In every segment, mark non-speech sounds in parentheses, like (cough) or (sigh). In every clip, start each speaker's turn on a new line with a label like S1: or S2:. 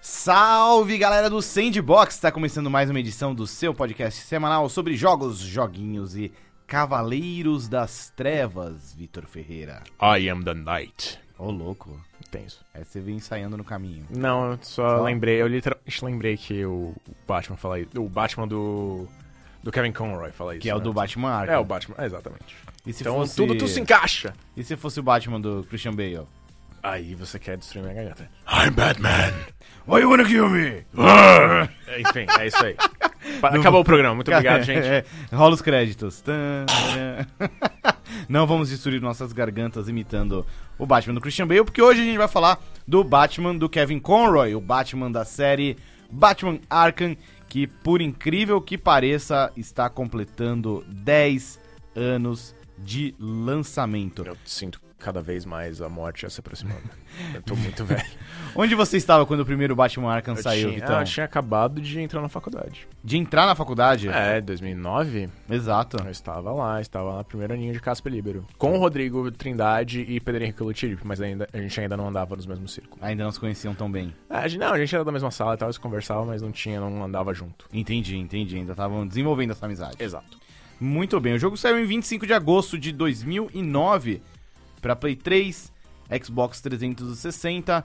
S1: Salve galera do Sandbox! Está começando mais uma edição do seu podcast semanal sobre jogos, joguinhos e Cavaleiros das Trevas, Vitor Ferreira.
S2: I am the night.
S1: Ô louco,
S2: Tenso.
S1: é você vem ensaiando no caminho.
S2: Não, eu só
S1: Só?
S2: lembrei, eu literalmente lembrei que o Batman fala isso. O Batman do. do Kevin Conroy fala isso.
S1: Que é o
S2: né?
S1: do Batman Arkham.
S2: É, o Batman, é, exatamente.
S1: E se
S2: então
S1: fosse-
S2: tudo tu se encaixa.
S1: E se fosse o Batman do Christian Bale?
S2: Aí você quer destruir minha garganta. I'm Batman!
S1: Why you wanna kill me?
S2: Enfim, é isso (laughs) aí. Pa- Acabou o programa, muito obrigado, gente.
S1: é, Rola os créditos. Tan, tan. (laughs) Não vamos destruir nossas gargantas imitando o Batman do Christian Bale, porque hoje a gente vai falar do Batman do Kevin Conroy, o Batman da série Batman Arkham, que por incrível que pareça, está completando 10 anos de lançamento.
S2: Eu sinto cada vez mais a morte se aproximando. Eu tô (laughs) muito velho.
S1: Onde você estava quando o primeiro Batman Arkham
S2: Eu
S1: saiu,
S2: tinha,
S1: Vitão?
S2: eu tinha acabado de entrar na faculdade.
S1: De entrar na faculdade?
S2: É, 2009.
S1: Exato.
S2: Eu estava lá, estava lá, primeiro aninho de Casper Libero. Com o Rodrigo Trindade e Pedro Henrique Lutiripe, mas ainda, a gente ainda não andava nos mesmos círculos.
S1: Ainda não se conheciam tão bem.
S2: Ah, a gente, não, a gente era da mesma sala e tal, eles conversavam, mas não tinha, não andava junto.
S1: Entendi, entendi. Ainda estavam desenvolvendo essa amizade.
S2: Exato.
S1: Muito bem, o jogo saiu em 25 de agosto de 2009 pra Play 3, Xbox 360.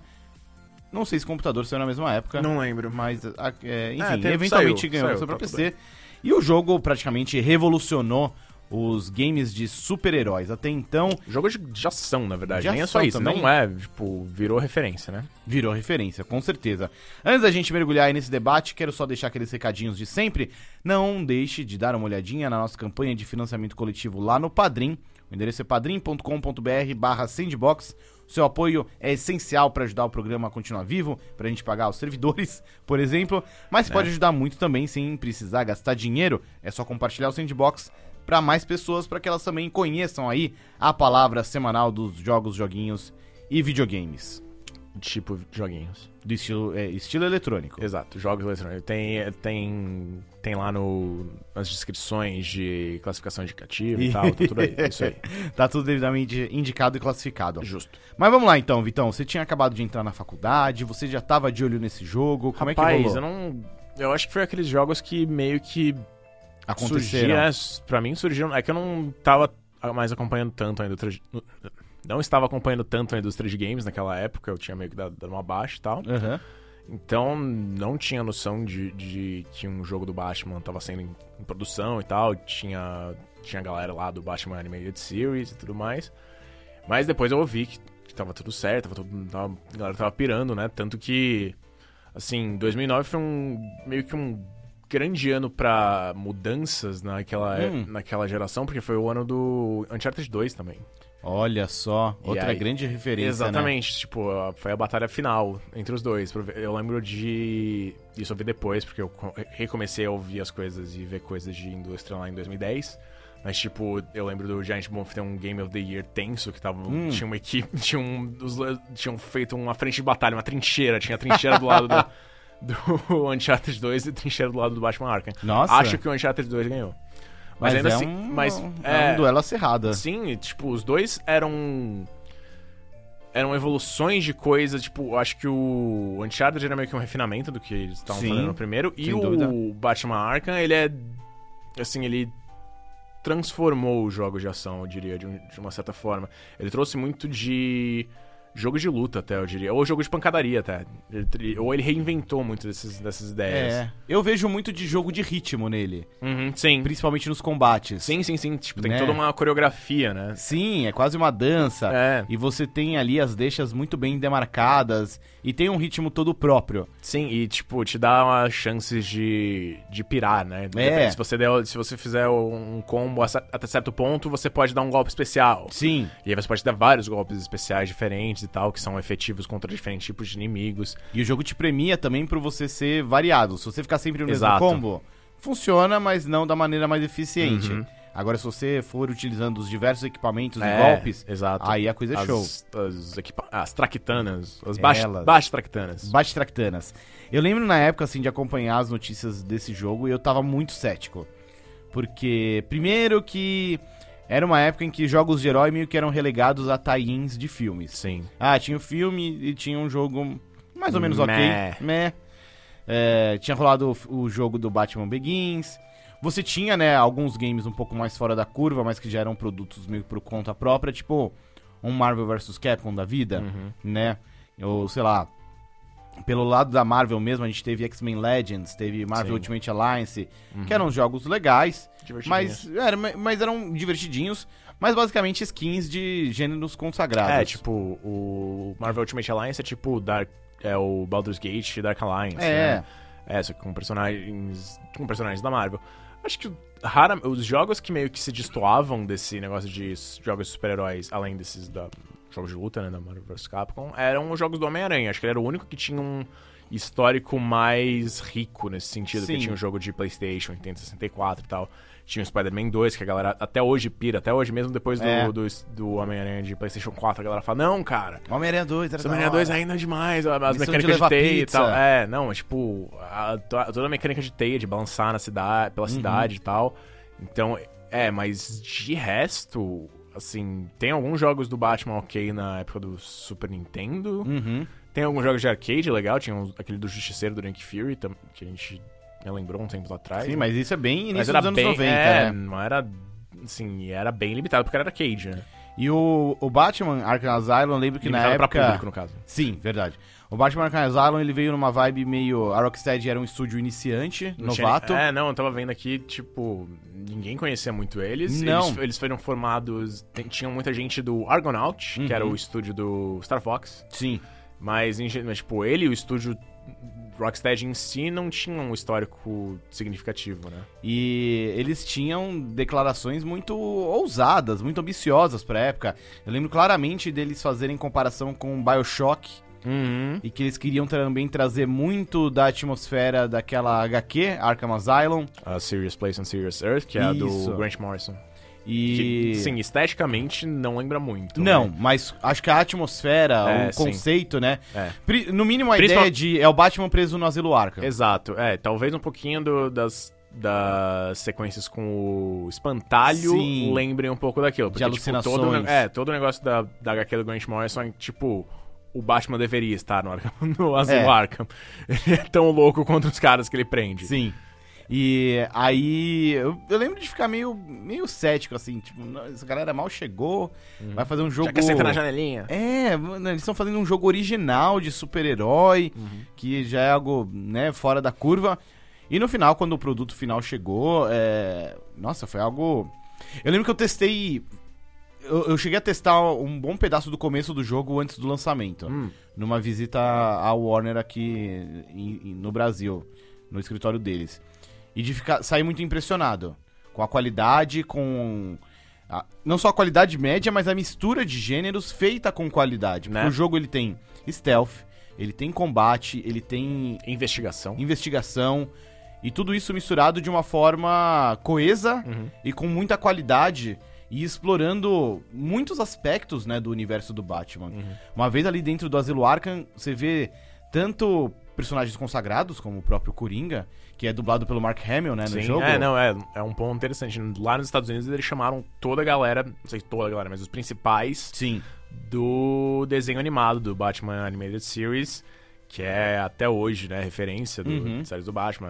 S1: Não sei se o computador saiu na mesma época,
S2: Não lembro.
S1: mas ah, é, enfim,
S2: É, teve-
S1: eventualmente
S2: saiu,
S1: ganhou
S2: saiu,
S1: saiu, pra
S2: tá tudo
S1: PC. E o jogo praticamente revolucionou os games de super-heróis. Até então,
S2: Jogo de, de ação, na verdade.
S1: De
S2: Nem é só
S1: ação
S2: isso.
S1: também?
S2: Não é, tipo, virou referência, né?
S1: Virou referência, com certeza. Antes da gente mergulhar aí nesse debate, quero só deixar aqueles recadinhos de sempre. Não deixe de dar uma olhadinha na nossa campanha de financiamento coletivo lá no Padrim. O endereço é padrim.com.br barra sandbox. O seu apoio é essencial para ajudar o programa a continuar vivo, para a gente pagar os servidores, (laughs) por exemplo. Mas pode ajudar muito também sem precisar gastar dinheiro. É só compartilhar o sandbox para mais pessoas, para que elas também conheçam aí a palavra semanal dos jogos, joguinhos e videogames.
S2: Tipo, joguinhos.
S1: Do estilo, é, estilo eletrônico.
S2: Exato, jogos eletrônicos. Tem, tem, tem lá no, nas descrições de classificação indicativa e tal, tá tudo aí. é Isso aí.
S1: Tá tudo devidamente indicado e classificado.
S2: (laughs) Justo.
S1: Mas vamos lá então, Vitão. Você tinha acabado de entrar na faculdade, você já tava de olho nesse jogo. Como é
S2: Rapaz,
S1: que rolou?
S2: eu não. Eu acho que foi aqueles jogos que meio que
S1: Aconteceram.
S2: surgiram. é, s- Pra mim surgiram. É que eu não tava mais acompanhando tanto a indústria. de- Não estava acompanhando tanto a indústria de games naquela época, eu tinha meio que dado dado uma baixa e tal.
S1: Aham.
S2: Então não tinha noção de, de que um jogo do Batman tava sendo em, em produção e tal. Tinha, tinha galera lá do Batman Animated Series e tudo mais. Mas depois eu ouvi que, que tava tudo certo, tava tudo, tava- a galera tava pirando, né? Tanto que, assim, 2009 foi um meio que um grande ano pra mudanças naquela,
S1: Hum.
S2: naquela geração, porque foi o ano do Uncharted 2 também.
S1: Olha só,
S2: E
S1: outra
S2: aí?
S1: grande referência. Né?
S2: Exatamente, tipo, a- foi a batalha final entre os dois. Pra ver- Eu lembro de. Isso eu vi depois, porque eu co- recomecei a ouvir as coisas e ver coisas de indústria lá em 2010. Mas, tipo, eu lembro do Giant Bomb ter um Game of the Year tenso, que tava.
S1: Hum.
S2: Tinha uma equipe. (laughs) Tinha um, os le- tinham feito uma frente de batalha, uma trincheira. Tinha a trincheira do lado
S1: (laughs)
S2: do, do Uncharted 2 e a trincheira do lado do Batman Arkham.
S1: Nossa.
S2: Acho que o Uncharted 2 ganhou.
S1: Mas,
S2: Mas, ainda
S1: é
S2: assim.
S1: um,
S2: mas,
S1: é um duelo acirrada.
S2: Sim, e, tipo, os dois eram. Eram evoluções de coisas, tipo, acho que o Uncharted era meio que um refinamento do que eles estavam
S1: Sim,
S2: fazendo no primeiro. E
S1: sem
S2: o
S1: dúvida.
S2: Batman Arkham, ele é. Assim, ele transformou o jogo de ação, eu diria, de, um- de uma certa forma. Ele trouxe muito de. Jogo de luta, até, eu diria. Ou jogo de pancadaria, até. Ele- ele- ou ele reinventou muito desses, dessas ideias.
S1: É. Eu vejo muito de jogo de ritmo nele,
S2: Uhum, sim.
S1: principalmente nos combates.
S2: Sim, sim, sim. Tipo, tem
S1: Né?
S2: toda uma coreografia, né?
S1: Sim, é quase uma dança.
S2: É.
S1: E você tem ali as deixas muito bem demarcadas e tem um ritmo todo próprio.
S2: Sim, e tipo, te dá uma chances de, de pirar, né?
S1: É.
S2: Depende, se você der, se você fizer um combo a ce- até certo ponto, você pode dar um golpe especial.
S1: Sim.
S2: E aí você pode dar vários golpes especiais diferentes e tal, que são efetivos contra diferentes tipos de inimigos.
S1: E o jogo te premia também por você ser variado. Se você ficar sempre no
S2: Exato.
S1: mesmo combo, funciona, mas não da maneira mais eficiente. Agora, se você for utilizando os diversos equipamentos e
S2: Uhum. É,
S1: golpes,
S2: exato.
S1: aí a coisa é
S2: as,
S1: show.
S2: As, equipa- as traquitanas, as
S1: Elas.
S2: baixas baixas traquitanas.
S1: Bate tractanas. Eu lembro na época, assim, de acompanhar as notícias desse jogo e eu tava muito cético. Porque, primeiro que era uma época em que jogos de herói meio que eram relegados a tie-ins de filmes.
S2: Sim.
S1: Ah, tinha o filme e tinha um jogo mais ou menos
S2: Meh.
S1: ok. Meh. É, tinha rolado o, o jogo do Batman Begins. Você tinha, né, alguns games um pouco mais fora da curva, mas que já eram produtos meio por conta própria, tipo um Marvel vs Capcom da vida,
S2: Uhum.
S1: né? Ou sei lá. Pelo lado da Marvel mesmo, a gente teve X-Men Legends, teve Marvel
S2: Sim. Uhum.
S1: Ultimate Alliance, que eram jogos legais,
S2: Divertidinhos.
S1: mas, era, mas eram divertidinhos, mas basicamente skins de gêneros consagrados.
S2: É, tipo, o Marvel Ultimate Alliance é tipo o Dark, é o Baldur's Gate e Dark Alliance,
S1: É.
S2: né? É, só que com personagens, com personagens da Marvel. Acho que rara, os jogos que meio que se destoavam desse negócio de s- jogos de super-heróis, além desses da jogos de luta, né, da Marvel vs Capcom, eram os jogos do Homem-Aranha. Acho que ele era o único que tinha um histórico mais rico nesse sentido,
S1: Sim.
S2: porque tinha um jogo de PlayStation, Nintendo 64 e tal. Tinha o Spider-Man 2, que a galera até hoje pira, até hoje mesmo depois do,
S1: É.
S2: do, do Homem-Aranha de PlayStation 4, a galera fala: Não, cara,
S1: Homem-Aranha 2, era da
S2: Homem-Aranha
S1: hora.
S2: 2 ainda é demais, as
S1: de
S2: mecânicas de,
S1: levar
S2: teia
S1: pizza.
S2: e tal. É, não, mas tipo, a- to- toda a mecânica de teia, de balançar na cidade,
S1: Uhum.
S2: pela cidade e tal. Então, é, mas de resto, assim, tem alguns jogos do Batman ok na época do Super Nintendo.
S1: Uhum.
S2: Tem alguns jogos de arcade legal, tinha uns- aquele do Justiceiro do Nick Fury, tam- que a gente relembrou um tempo atrás.
S1: Sim,
S2: né?
S1: mas isso é bem
S2: Mas
S1: início
S2: era
S1: dos anos
S2: bem,
S1: 90,
S2: é,
S1: né?
S2: não era, assim, era bem limitado porque era arcade, né?
S1: E o, o Batman Arkham Asylum, eu lembro que na
S2: limitado
S1: época...
S2: pra público, né? no caso.
S1: Sim, verdade. O Batman Arkham Asylum, ele veio numa vibe meio... A Rocksteady era um estúdio iniciante,
S2: Não tinha-
S1: novato.
S2: é, não, eu tava vendo aqui, tipo, ninguém conhecia muito eles.
S1: Não.
S2: Eles, eles foram formados. tem- tinha muita gente do Argonaut, que
S1: Uhum.
S2: era o estúdio do Star Fox.
S1: Sim.
S2: Mas, em ge- mas, tipo, ele e o estúdio Rocksteady em si não tinham um histórico significativo, né?
S1: E eles tinham declarações muito ousadas, muito ambiciosas pra época. Eu lembro claramente deles fazerem comparação com o Bioshock
S2: Uhum.
S1: e que eles queriam também trazer muito da atmosfera daquela HQ, Arkham Asylum.
S2: A Serious Place on Serious Earth, que é a
S1: Isso.
S2: do Grant Morrison.
S1: E.
S2: Que, sim, esteticamente não lembra muito.
S1: Não,
S2: né?
S1: mas acho que a atmosfera,
S2: É,
S1: o
S2: sim.
S1: conceito, né?
S2: É.
S1: Pri- No mínimo a
S2: Principal-
S1: ideia de é o Batman preso no asilo Arkham.
S2: Exato, é, talvez um pouquinho do- das, das sequências com o espantalho
S1: Sim.
S2: lembrem um pouco daquilo. Porque,
S1: alucinações.
S2: Tipo, todo, o ne- é, todo o negócio da, da HQ do Grant Morrison é tipo. O Batman deveria estar no, Arkham- (laughs) no Asilo
S1: É.
S2: Arkham. (laughs) Ele é tão louco quanto os caras que ele prende.
S1: Sim. E aí eu, eu lembro de ficar meio, meio cético, assim, tipo, "Não, essa galera mal chegou, vai fazer um jogo...
S2: Uhum. Já que senta na janelinha.
S1: É, mano, eles estão fazendo um jogo original de super-herói,
S2: Uhum.
S1: que já é algo, né, fora da curva. E no final, quando o produto final chegou, é... Nossa, foi algo... Eu lembro que eu testei... Eu, eu cheguei a testar um bom pedaço do começo do jogo antes do lançamento.
S2: Hum.
S1: Numa visita à Warner aqui em- em- no Brasil, no escritório deles. E de ficar, sair muito impressionado com a qualidade, com a- não só a qualidade média, mas a mistura de gêneros feita com qualidade. Porque
S2: Né?
S1: o jogo ele tem stealth, ele tem combate, ele tem
S2: Investigação.
S1: investigação e tudo isso misturado de uma forma coesa
S2: Uhum.
S1: e com muita qualidade e explorando muitos aspectos, né, do universo do Batman.
S2: Uhum.
S1: Uma vez ali dentro do Asilo Arkham, você vê tanto personagens consagrados como o próprio Coringa, que é dublado pelo Mark Hamill, né, no
S2: Sim,
S1: jogo.
S2: É, não, é, é um ponto interessante. Lá nos Estados Unidos eles chamaram toda a galera, não sei se toda a galera, mas os principais
S1: Sim.
S2: do desenho animado do Batman Animated Series, que é até hoje, né, referência do
S1: Uhum.
S2: da série do Batman,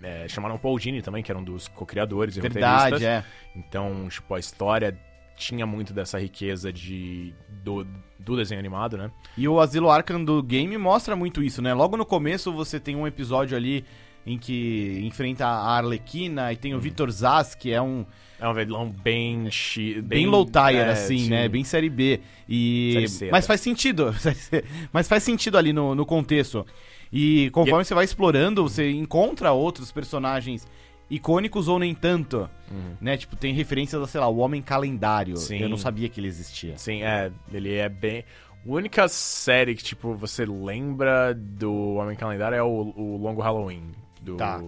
S2: né? É, chamaram o Paul Dini também, que era um dos co-criadores e
S1: Verdade,
S2: roteiristas.
S1: é.
S2: Então, tipo, a história tinha muito dessa riqueza de do, do desenho animado, né?
S1: E o Asilo Arkham do game mostra muito isso, né? Logo no começo você tem um episódio ali em que enfrenta a Arlequina e tem o
S2: Uhum.
S1: Vitor Zaz, que é um
S2: É um vilão bem... chi-
S1: bem, low tire,
S2: é,
S1: assim,
S2: sim.
S1: né? Bem série B. E...
S2: Série C,
S1: Mas
S2: até.
S1: faz sentido. (laughs) Mas faz sentido ali no, no contexto. E conforme
S2: é-
S1: você vai explorando, você encontra outros personagens icônicos ou nem tanto, né? Tipo, tem referências a, sei lá, o Homem Calendário.
S2: Uhum. Sim.
S1: Eu não sabia que ele existia.
S2: Sim, é, ele é bem... A única série que, tipo, você lembra do Homem Calendário é o, o Longo Halloween. Do...
S1: Tá.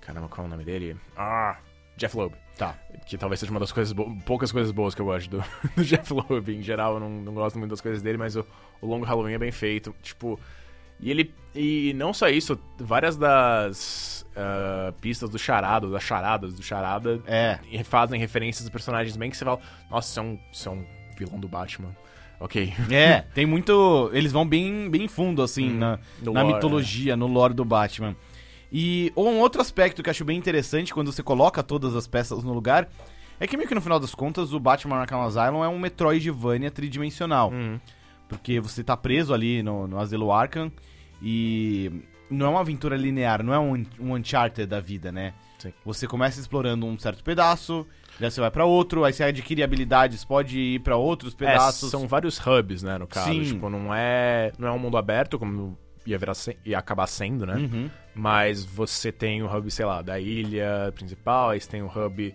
S2: Caramba, qual é o nome dele? Ah, Jeff Loeb.
S1: Tá.
S2: Que talvez seja uma das coisas bo- poucas coisas boas que eu gosto do, (laughs) do Jeff Loeb. Em geral, eu não, não gosto muito das coisas dele, mas o, o Longo Halloween é bem feito. Tipo, e ele. E não só isso, várias das ah, pistas do charado, das charadas do charada,
S1: É.
S2: e fazem referências a personagens bem que você fala, nossa, isso é um, isso é um vilão do Batman. ok. (laughs)
S1: É, tem muito. Eles vão bem, bem fundo, assim, na,
S2: Uhum. no
S1: na
S2: lore, né?
S1: mitologia, no lore do Batman. E um outro aspecto que eu acho bem interessante quando você coloca todas as peças no lugar é que meio que no final das contas o Batman Arkham Asylum é um Metroidvania tridimensional.
S2: Uhum.
S1: Porque você tá preso ali no, no Asilo Arkham e não é uma aventura linear, não é um, un- um Uncharted da vida, né?
S2: Sim.
S1: Você começa explorando um certo pedaço, já você vai pra outro, aí você adquire habilidades, pode ir pra outros
S2: É,
S1: pedaços.
S2: são vários hubs, né, no caso.
S1: Sim.
S2: Tipo, não é, não é um mundo aberto, como ia, virar se- ia acabar sendo, né?
S1: Uhum.
S2: Mas você tem o hub, sei lá, da ilha principal, aí você tem o hub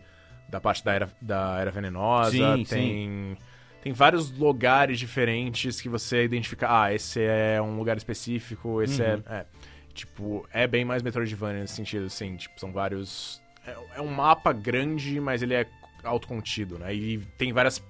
S2: da parte da Era, da era Venenosa,
S1: Sim,
S2: tem...
S1: sim.
S2: Tem vários lugares diferentes que você identifica. Ah, esse é um lugar específico, esse
S1: Uhum.
S2: é, é. Tipo, é bem mais Metroidvania nesse sentido, assim. Tipo, são vários. É, é um mapa grande, mas ele é autocontido, né? E tem várias.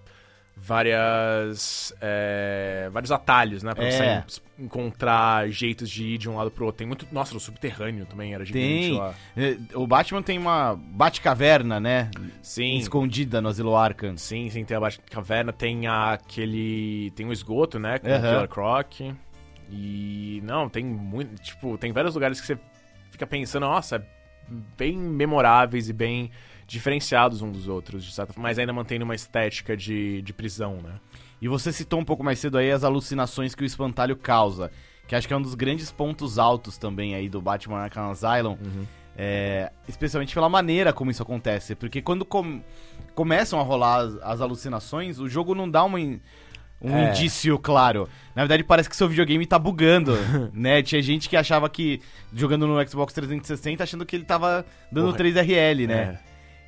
S2: Várias. é, vários atalhos, né? Pra
S1: É.
S2: você en- encontrar jeitos de ir de um lado pro outro. Tem muito. Nossa, o subterrâneo também era gigante
S1: Tem.
S2: lá.
S1: É, O Batman tem uma Batcaverna, né?
S2: Sim.
S1: Escondida no Asilo Arkham.
S2: Sim, sim, tem a Baixa Caverna, tem a- aquele. Tem o esgoto, né? Com o
S1: Aham.
S2: Killer Croc. E. Não, tem muito. Tipo, tem vários lugares que você fica pensando, nossa, bem memoráveis e bem diferenciados um dos outros, de certa forma, mas ainda mantendo uma estética de, de prisão, né?
S1: E você citou um pouco mais cedo aí as alucinações que o espantalho causa, que acho que é um dos grandes pontos altos também aí do Batman Arkham Asylum.
S2: Uhum.
S1: É, especialmente pela maneira como isso acontece, porque quando com- começam a rolar as, as alucinações, o jogo não dá uma in- um
S2: É.
S1: indício claro. Na verdade, parece que seu videogame tá
S2: (laughs)
S1: bugando, né? Tinha gente que achava que, jogando no Xbox 360, achando que ele tava dando
S2: Porra. É.
S1: 3RL, né?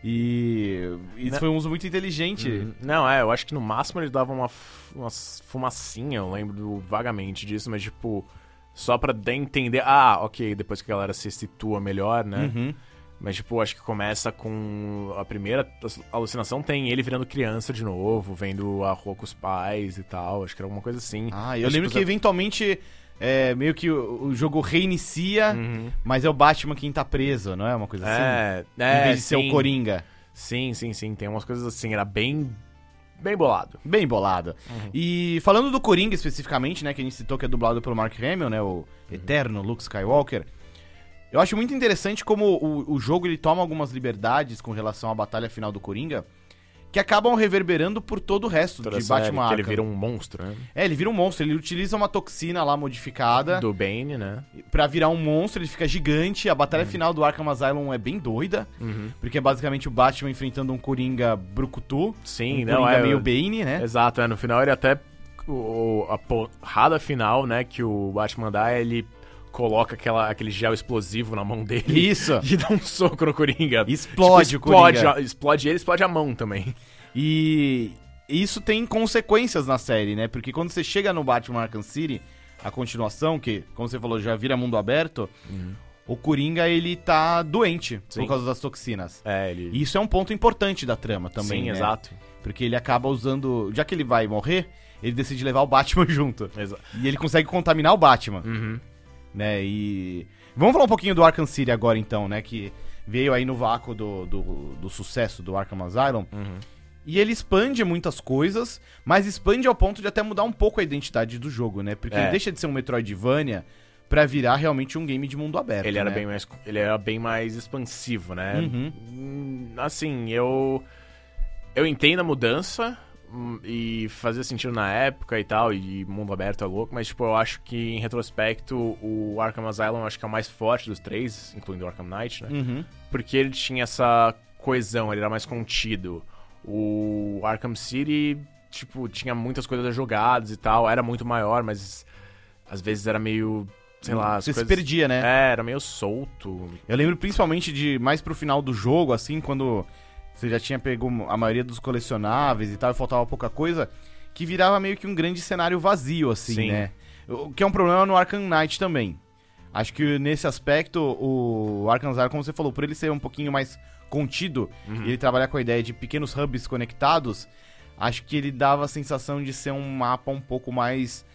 S1: E isso
S2: Né?
S1: foi um uso muito inteligente.
S2: Uhum. Não, é, eu acho que no máximo ele dava uma, f- uma s- fumacinha, eu lembro do- vagamente disso, mas tipo, só pra dar a entender, ah, ok, depois que a galera se situa melhor, né?
S1: Uhum.
S2: Mas, tipo, acho que começa com a primeira alucinação tem ele virando criança de novo, vendo a rua com os pais e tal. Acho que era alguma coisa assim.
S1: Ah, eu
S2: Mas,
S1: lembro que
S2: tipo,
S1: eventualmente é, meio que o, o jogo reinicia,
S2: Uhum.
S1: mas é o Batman quem tá preso, não é uma coisa assim?
S2: É,
S1: em
S2: é,
S1: vez de ser
S2: sim.
S1: o Coringa.
S2: Sim, sim, sim. Tem umas coisas assim. Era bem. bem bolado.
S1: Bem bolado.
S2: Uhum.
S1: E falando do Coringa especificamente, né, que a gente citou que é dublado pelo Mark Hamill, né,
S2: Uhum.
S1: o eterno Luke Skywalker. Eu acho muito interessante como o, o jogo ele toma algumas liberdades com relação à batalha final do Coringa, que acabam reverberando por todo o resto
S2: Toda
S1: de
S2: essa
S1: Batman
S2: série, que ele
S1: Arkham.
S2: vira um monstro, né?
S1: É, ele vira um monstro, ele utiliza uma toxina lá modificada.
S2: Do Bane, né?
S1: Pra virar um monstro, ele fica gigante. A batalha final do Arkham Asylum é bem doida, porque é basicamente o Batman enfrentando um Coringa brucutu.
S2: Sim,
S1: um
S2: não
S1: Coringa
S2: é.
S1: meio Bane, né?
S2: Exato, é, no final ele até. o- a porrada final, né, que o Batman dá, ele coloca aquela, aquele gel explosivo na mão dele.
S1: Isso.
S2: (laughs) E dá um soco no Coringa.
S1: Explode
S2: Tipo,
S1: o Coringa.
S2: Explode, explode ele, explode a mão também. (laughs)
S1: E isso tem consequências na série, né? Porque quando você chega no Batman Arkham City, a continuação, que, como você falou, já vira mundo aberto, o Coringa, ele tá doente
S2: Uhum. Sim.
S1: por causa das toxinas.
S2: É, ele...
S1: E isso é um ponto importante da trama também,
S2: Sim,
S1: né?
S2: exato.
S1: Porque ele acaba usando... Já que ele vai morrer, ele decide levar o Batman (laughs) junto.
S2: Exa-
S1: E ele consegue contaminar o Batman,
S2: Uhum.
S1: né? E. Vamos falar um pouquinho do Arkham City agora, então, né? Que veio aí no vácuo do, do, do sucesso do Arkham Asylum.
S2: Uhum.
S1: E ele expande muitas coisas, mas expande ao ponto de até mudar um pouco a identidade do jogo, né? Porque
S2: É.
S1: ele deixa de ser um Metroidvania pra virar realmente um game de mundo aberto.
S2: Ele era
S1: né?
S2: bem mais ele era bem mais expansivo, né?
S1: Uhum.
S2: Hum, Assim, eu eu entendo a mudança hum, e fazia sentido na época e tal, e mundo aberto é louco, mas tipo, eu acho que em retrospecto o Arkham Asylum eu acho que é o mais forte dos três, incluindo o Arkham Knight, né?
S1: Uhum.
S2: porque ele tinha essa coesão, ele era mais contido. O Arkham City, tipo, tinha muitas coisas jogadas e tal, era muito maior, mas às vezes era meio, sei lá, as
S1: Você
S2: coisas...
S1: se perdia, né?
S2: É, era meio solto.
S1: Eu lembro principalmente de mais pro final do jogo, assim, quando você já tinha pego a maioria dos colecionáveis e tal, e faltava pouca coisa, que virava meio que um grande cenário vazio, assim,
S2: Sim.
S1: né? O que é um problema no Arkham Knight também. Acho que nesse aspecto, o Arkham Asylum, como você falou, por ele ser um pouquinho mais contido,
S2: Uhum.
S1: e ele trabalhar com a ideia de pequenos hubs conectados, acho que ele dava a sensação de ser um mapa um pouco mais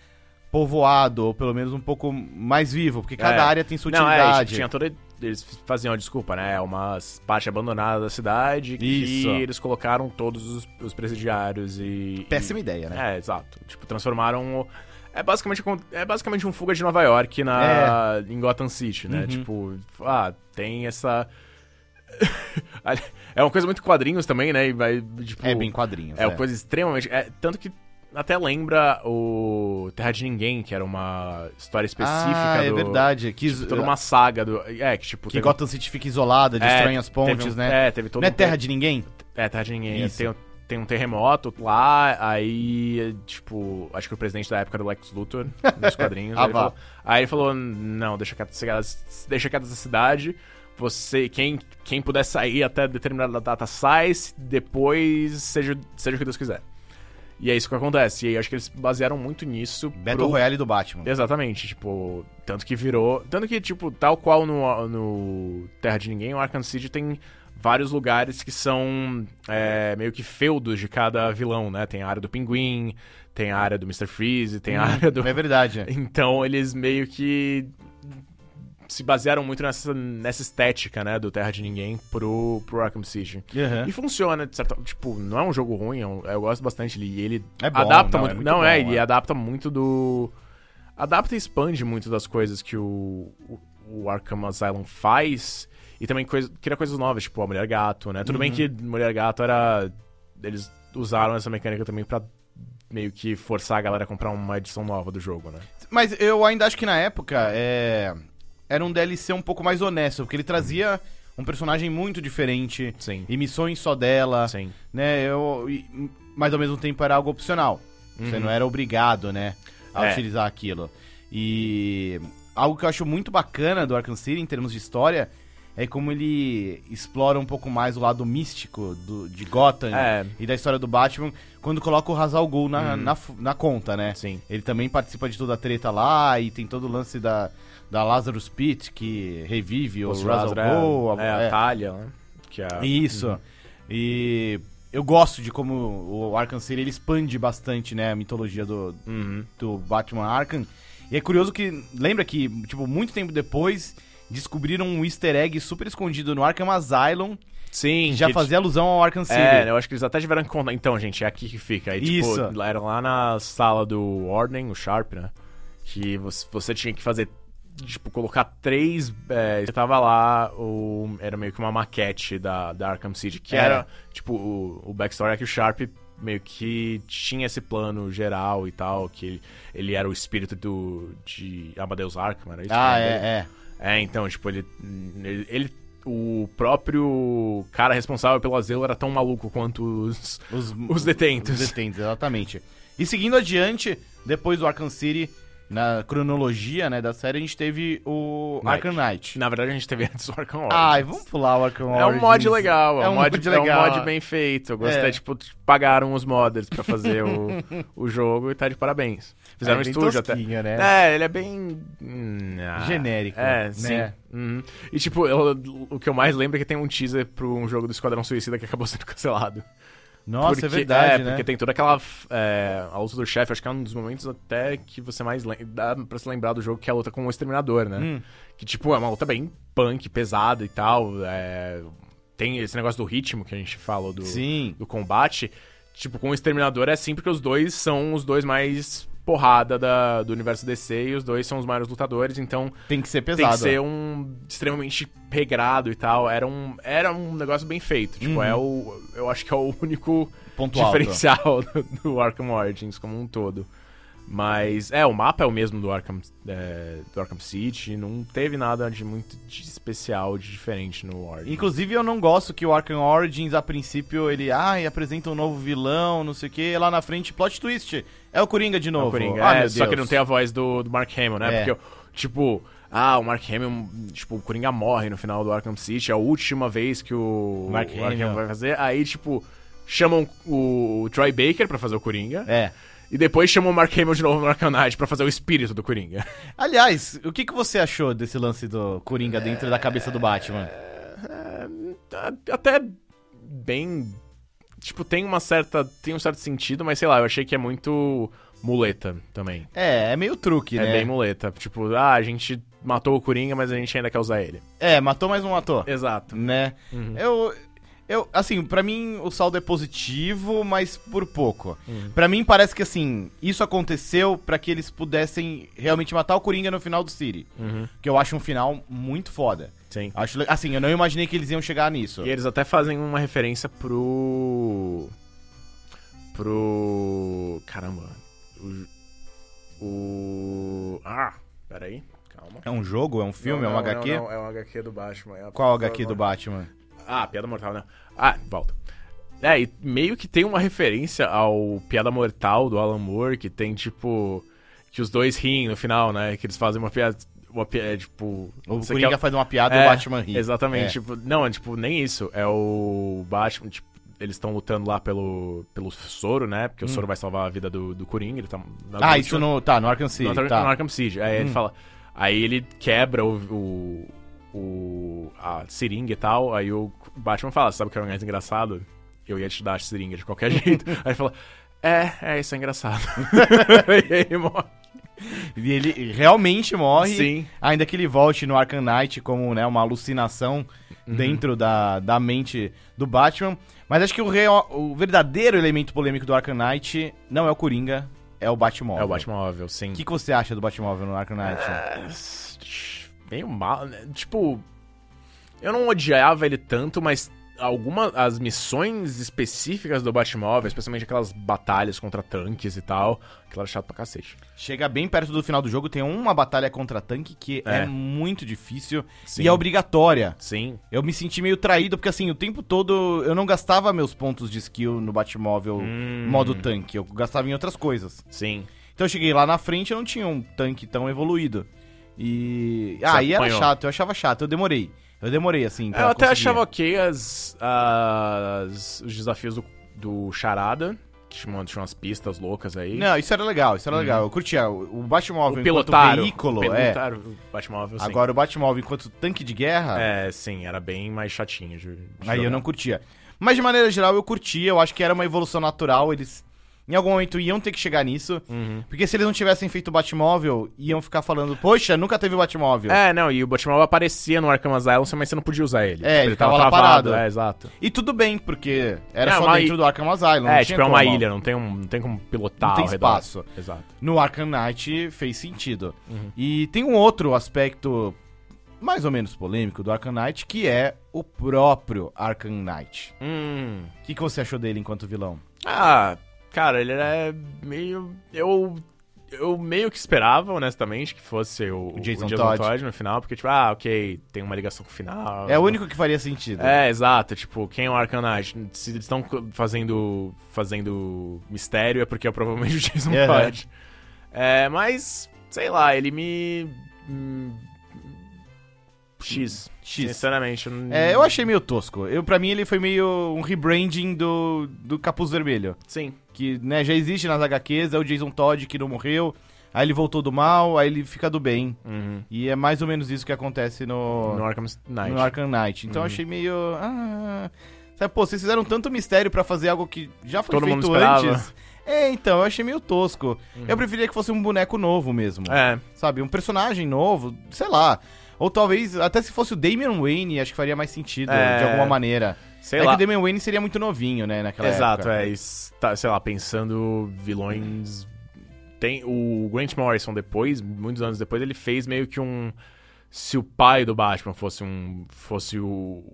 S1: povoado, ou pelo menos um pouco mais vivo, porque cada
S2: É.
S1: área tem sua
S2: Não, é,
S1: utilidade.
S2: tipo, tinha toda. Eles faziam a desculpa, né? É uma parte abandonada da cidade
S1: Isso.
S2: que eles colocaram todos os, os presidiários e.
S1: Péssima
S2: e-
S1: ideia, né?
S2: É, exato. Tipo, transformaram. o- É basicamente, com- é basicamente um fuga de Nova York na, em Gotham City,
S1: É.
S2: né?
S1: Uhum.
S2: Tipo, ah, tem essa. (laughs) é uma coisa muito quadrinhos também, né? E vai, tipo,
S1: É, bem quadrinhos.
S2: é uma coisa extremamente. é, tanto que até lembra o Terra de Ninguém, que era uma história específica
S1: ah, é
S2: do-
S1: verdade. Que,
S2: Tipo, toda uma saga do. É, que tipo.
S1: que Gotham City fica isolada,
S2: É,
S1: destroem as pontes,
S2: teve um-
S1: né?
S2: É, teve todo
S1: Não é
S2: um te-
S1: terra de ninguém?
S2: É, terra de ninguém.
S1: Isso.
S2: Tem, tem um terremoto lá, aí, tipo, acho que o presidente da época era o Lex Luthor,
S1: (laughs)
S2: nos quadrinhos.
S1: Ah,
S2: aí, ele
S1: vá.
S2: falou, aí ele falou: não, deixa quieto, essa- deixa quieto essa cidade. Você, quem, quem puder sair até determinada data sai, se depois seja, seja o que Deus quiser. E é isso que acontece. E aí acho que eles basearam muito nisso.
S1: Battle
S2: pro-
S1: Royale do Batman.
S2: Exatamente, tipo, tanto que virou. Tanto que, tipo, tal qual no, no Terra de Ninguém, o Arkham City tem vários lugares que são é, meio que feudos de cada vilão, né? Tem a área do Pinguim, tem a área do Mr. Freeze, tem a área do. (laughs)
S1: É verdade. é.
S2: Então eles meio que se basearam muito nessa, nessa estética, né, do Terra de Ninguém pro, pro Arkham City.
S1: Uhum.
S2: E funciona, de certa Tipo, não é um jogo ruim, é um- eu gosto bastante dele. E ele
S1: É bom,
S2: adapta
S1: não,
S2: muito.
S1: é muito
S2: não, é,
S1: bom,
S2: ele
S1: é.
S2: adapta muito do. Adapta e expande muito das coisas que o, o, o Arkham Asylum faz. E também coisa, cria coisas novas, tipo a Mulher Gato, né? Tudo bem
S1: Uhum.
S2: que Mulher Gato era. Eles usaram essa mecânica também pra meio que forçar a galera a comprar uma edição nova do jogo, né?
S1: Mas eu ainda acho que na época é, era um DLC um pouco mais honesto, porque ele trazia um personagem muito diferente
S2: Sim.
S1: e missões só dela,
S2: Sim.
S1: né? Eu, e- mas ao mesmo tempo era algo opcional. Você não era obrigado, né? A
S2: Uhum. É.
S1: utilizar aquilo. E algo que eu acho muito bacana do Arkham City em termos de história é como ele explora um pouco mais o lado místico do, de Gotham
S2: É. Uhum.
S1: e da história do Batman quando coloca o Hazal Gul na, na, f- na conta, né?
S2: Sim.
S1: Ele também participa de toda a treta lá e tem todo o lance da, da Lazarus Pit que revive o Razal Gul. a-
S2: é,
S1: é.
S2: a Talia, né? Que é a-
S1: Isso. E eu gosto de como o Arkham City ele expande bastante, né, a mitologia do,
S2: Uhum.
S1: do Batman Arkham. E é curioso que lembra que, tipo, muito tempo depois descobriram um easter egg super escondido no Arkham Asylum,
S2: Sim.
S1: que já
S2: que,
S1: fazia alusão ao Arkham City.
S2: É, eu acho que eles até tiveram que contar. Então, gente, é aqui que fica. Aí, tipo,
S1: Isso.
S2: lá- era lá na sala do Ordem, o Sharp, né? Que você, você tinha que fazer, tipo, colocar três. É, tava lá, o, era meio que uma maquete da, da Arkham City, que
S1: É.
S2: era, tipo, o, o backstory é que o Sharp meio que tinha esse plano geral e tal, que ele, ele era o espírito do, de Amadeus Arkham, era isso? o
S1: Ah,
S2: nome dele?
S1: é, é.
S2: É, então, tipo, ele. Ele. ele- o próprio cara responsável pelo asilo era tão maluco quanto os,
S1: é. Os,
S2: os detentos.
S1: Os detentos, exatamente. E seguindo adiante, depois do Arkham City, na cronologia né, da série, a gente teve o
S2: Knight.
S1: Arkham Knight.
S2: (laughs) Na verdade, a gente teve antes do Arkham Origins.
S1: Ai, vamos pular o Arkham
S2: Ah, É um mod
S1: Origins.
S2: legal, é um, mod,
S1: legal.
S2: é um mod bem feito. Eu gostei,
S1: É.
S2: tipo, pagaram os modders pra fazer (laughs) o, o jogo e tá de parabéns. Fizeram
S1: É
S2: um
S1: bem
S2: estúdio até.
S1: tosquinho, né?
S2: É, ele é bem. hum, ah,
S1: Genérico,
S2: É,
S1: né?
S2: sim. Uhum. E tipo, eu- o que eu mais lembro é que tem um teaser pra um jogo do Esquadrão Suicida que acabou sendo (laughs) cancelado.
S1: Nossa,
S2: Porque-
S1: é verdade,
S2: é,
S1: né?
S2: porque tem toda aquela. f- É, a luta do chefe, acho que é um dos momentos até que você mais lem- dá pra se lembrar do jogo, que é a luta com o Exterminador, né?
S1: Hum.
S2: Que, tipo, é uma luta bem punk, pesada e tal. é, tem esse negócio do ritmo que a gente falou do,
S1: Sim.
S2: do combate. Tipo, com o Exterminador é assim, porque os dois são os dois mais porrada da- do universo DC e os dois são os maiores lutadores, então
S1: Tem que ser
S2: tem
S1: pesado. é.
S2: que ser um extremamente regrado e tal. Era um, era um negócio bem feito. Tipo,
S1: Uhum.
S2: é o. Eu acho que é o único
S1: Ponto alto.
S2: diferencial (laughs) do, do Arkham Origins como um todo. Mas é, o mapa é o mesmo do Arkham, é, do Arkham City, não teve nada de muito de especial, de diferente no Origins.
S1: Inclusive, eu não gosto que o Arkham Origins, a princípio, ele ai, apresenta um novo vilão, não sei o que, lá na frente, plot twist. É o Coringa de
S2: É o
S1: novo.
S2: Coringa,
S1: Ah,
S2: é,
S1: meu
S2: só que
S1: Deus.
S2: não tem a voz do, do Mark Hamill, né?
S1: É.
S2: Porque, tipo, ah, o Mark Hamill, tipo, o Coringa morre no final do Arkham City, é a última vez que o
S1: Mark
S2: o Mark
S1: Hamill.
S2: vai fazer. Aí, tipo, chamam o, o Troy Baker pra fazer o Coringa.
S1: É.
S2: E depois chamam o Mark Hamill de novo no Arkham Knight pra fazer o espírito do Coringa.
S1: Aliás, o que, que você achou desse lance do Coringa dentro da cabeça do Batman?
S2: A- até bem. Tipo, tem uma certa. Tem um certo sentido, mas sei lá, eu achei que é muito muleta também.
S1: É, é meio truque,
S2: É,
S1: né?
S2: bem muleta. Tipo, ah, a gente matou o Coringa, mas a gente ainda quer usar ele.
S1: É, matou mais um matou.
S2: Exato.
S1: Né?
S2: Uhum.
S1: Eu. Eu, assim, pra mim o saldo é positivo, mas por pouco.
S2: Uhum.
S1: Pra mim parece que, assim, isso aconteceu pra que eles pudessem realmente matar o Coringa no final do City.
S2: Uhum.
S1: Que eu acho um final muito foda.
S2: Sim.
S1: Acho, le- assim, eu não imaginei que eles iam chegar nisso.
S2: E eles até fazem uma referência pro. Pro. Caramba. O. o... Ah, peraí. Calma.
S1: É um jogo? É um filme?
S2: Não,
S1: é um
S2: não,
S1: HQ?
S2: não, não, é um HQ do Batman. É a-
S1: Qual HQ do Batman?
S2: Ah, Piada Mortal, né? Ah, volta. É, e meio que tem uma referência ao Piada Mortal do Alan Moore, que tem tipo. Que os dois riem no final, né? Que eles fazem uma piada. Uma piada, tipo.
S1: O
S2: você
S1: Coringa
S2: quer-
S1: faz uma piada e
S2: É,
S1: o Batman ri.
S2: Exatamente.
S1: É.
S2: Tipo, não, é tipo, nem isso. É o Batman, tipo, eles estão lutando lá pelo, pelo Soro, né? Porque o Soro vai salvar a vida do, do Coringa. Ele tá na
S1: Hum. Ah,
S2: última-
S1: isso no. Tá, no Arkham City.
S2: no, Arkham-
S1: tá.
S2: no Arkham Siege. Aí ele fala. Aí ele quebra o, o, o- a seringa e tal. Aí o Batman fala: Sabe o que é mais engraçado? Eu ia te dar a seringa de qualquer (laughs) jeito. aí ele fala: É, é, isso
S1: (laughs)
S2: é engraçado. e aí ele morre.
S1: E ele realmente morre.
S2: Sim.
S1: Ainda que ele volte no Arkham Knight como né, uma alucinação
S2: Uhum.
S1: dentro da, da mente do Batman. Mas acho que o, real- o verdadeiro elemento polêmico do Arkham Knight não é o Coringa, é o Batmóvel.
S2: É o Batmóvel, Ah. sim. É,
S1: O que, que você acha do Batmóvel no Arkham Knight?
S2: Meio mal, né? Tipo, eu não odiava ele tanto, mas algumas as missões específicas do Batmóvel, especialmente aquelas batalhas contra tanques e tal, aquilo era chato pra cacete.
S1: Chega bem perto do final do jogo, tem uma batalha contra tanque que é,
S2: É.
S1: muito difícil
S2: Sim.
S1: e é obrigatória.
S2: Sim,
S1: Eu me senti meio traído, porque assim, o tempo todo eu não gastava meus pontos de skill no Batmóvel
S2: Hum.
S1: modo tanque, eu gastava em outras coisas.
S2: sim.
S1: Então eu cheguei lá na frente e eu não tinha um tanque tão evoluído. E.
S2: Você
S1: Ah, e era
S2: apanhou.
S1: chato, eu achava chato, eu demorei. Eu demorei, assim. pra
S2: eu até
S1: conseguir.
S2: achava ok as, as- os desafios do, do Charada, que tinha, uma- tinha umas pistas loucas aí.
S1: Não, isso era legal, isso era legal. Eu curtia. O o Batmóvel
S2: Uhum. o
S1: enquanto
S2: pilotário.
S1: veículo,
S2: o
S1: é.
S2: pilotário, o Batmóvel, sim.
S1: Agora o Batmóvel enquanto tanque de guerra,
S2: É, sim, era bem mais chatinho. de- de
S1: aí eu
S2: jogar.
S1: não curtia. Mas de maneira geral eu curtia, eu acho que era uma evolução natural, eles em algum momento iam ter que chegar nisso.
S2: Uhum.
S1: Porque se eles não tivessem feito o Batmóvel, iam ficar falando, poxa, nunca teve o Batmóvel.
S2: É, não, e o Batman aparecia no Arkham Asylum, mas você não podia usar ele.
S1: É, ele tava lá parado.
S2: É, exato.
S1: E tudo bem, porque era
S2: É,
S1: só
S2: uma
S1: dentro
S2: i-
S1: do Arkham Asylum. não
S2: é,
S1: tinha
S2: tipo, é uma
S1: como.
S2: ilha, não tem, um, não tem como pilotar
S1: Não tem
S2: ao redor.
S1: espaço.
S2: Exato.
S1: no Arkham Knight fez sentido.
S2: Uhum.
S1: E tem um outro aspecto mais ou menos polêmico do Arkham Knight, que é o próprio Arkham Knight.
S2: Hum.
S1: O que, que você achou dele enquanto vilão?
S2: Ah, cara, ele é meio. Eu. Eu meio que esperava, honestamente, que fosse o,
S1: O Jason Todd.
S2: Todd. no final, porque, tipo, ah, ok, tem uma ligação com o final.
S1: É o único que faria sentido.
S2: Ah. É, exato. Tipo, quem é o Arkham Knight? Se eles estão fazendo, fazendo mistério, é porque é provavelmente o Jason
S1: É.
S2: Todd. É, mas, sei lá, ele me. hum, X.
S1: X.
S2: Sinceramente. não-
S1: É, eu achei meio tosco. Eu, pra mim, ele foi meio um rebranding do, do Capuz Vermelho.
S2: Sim.
S1: Que né, já existe nas HQs, é o Jason Todd que não morreu, aí ele voltou do mal, aí ele fica do bem.
S2: Uhum.
S1: E é mais ou menos isso que acontece
S2: No Arkham Knight. Hum.
S1: no Arkham Knight. Então eu achei meio. Ah, sabe, pô, vocês fizeram tanto mistério pra fazer algo que já foi
S2: Todo
S1: feito
S2: mundo esperava. Uhum.
S1: antes. É, então, eu achei meio tosco. Eu preferia que fosse um boneco novo mesmo.
S2: É,
S1: Sabe, um personagem novo, sei lá. Ou talvez, até se fosse o Damian Wayne, acho que faria mais sentido,
S2: É.
S1: de alguma maneira.
S2: sei
S1: é
S2: lá.
S1: que o Damian Wayne seria muito novinho, né, naquela
S2: Exato,
S1: época.
S2: é. isso tá, sei lá, pensando vilões. Tem o Grant Morrison depois, muitos anos depois, ele fez meio que um. Se o pai do Batman fosse um. fosse o.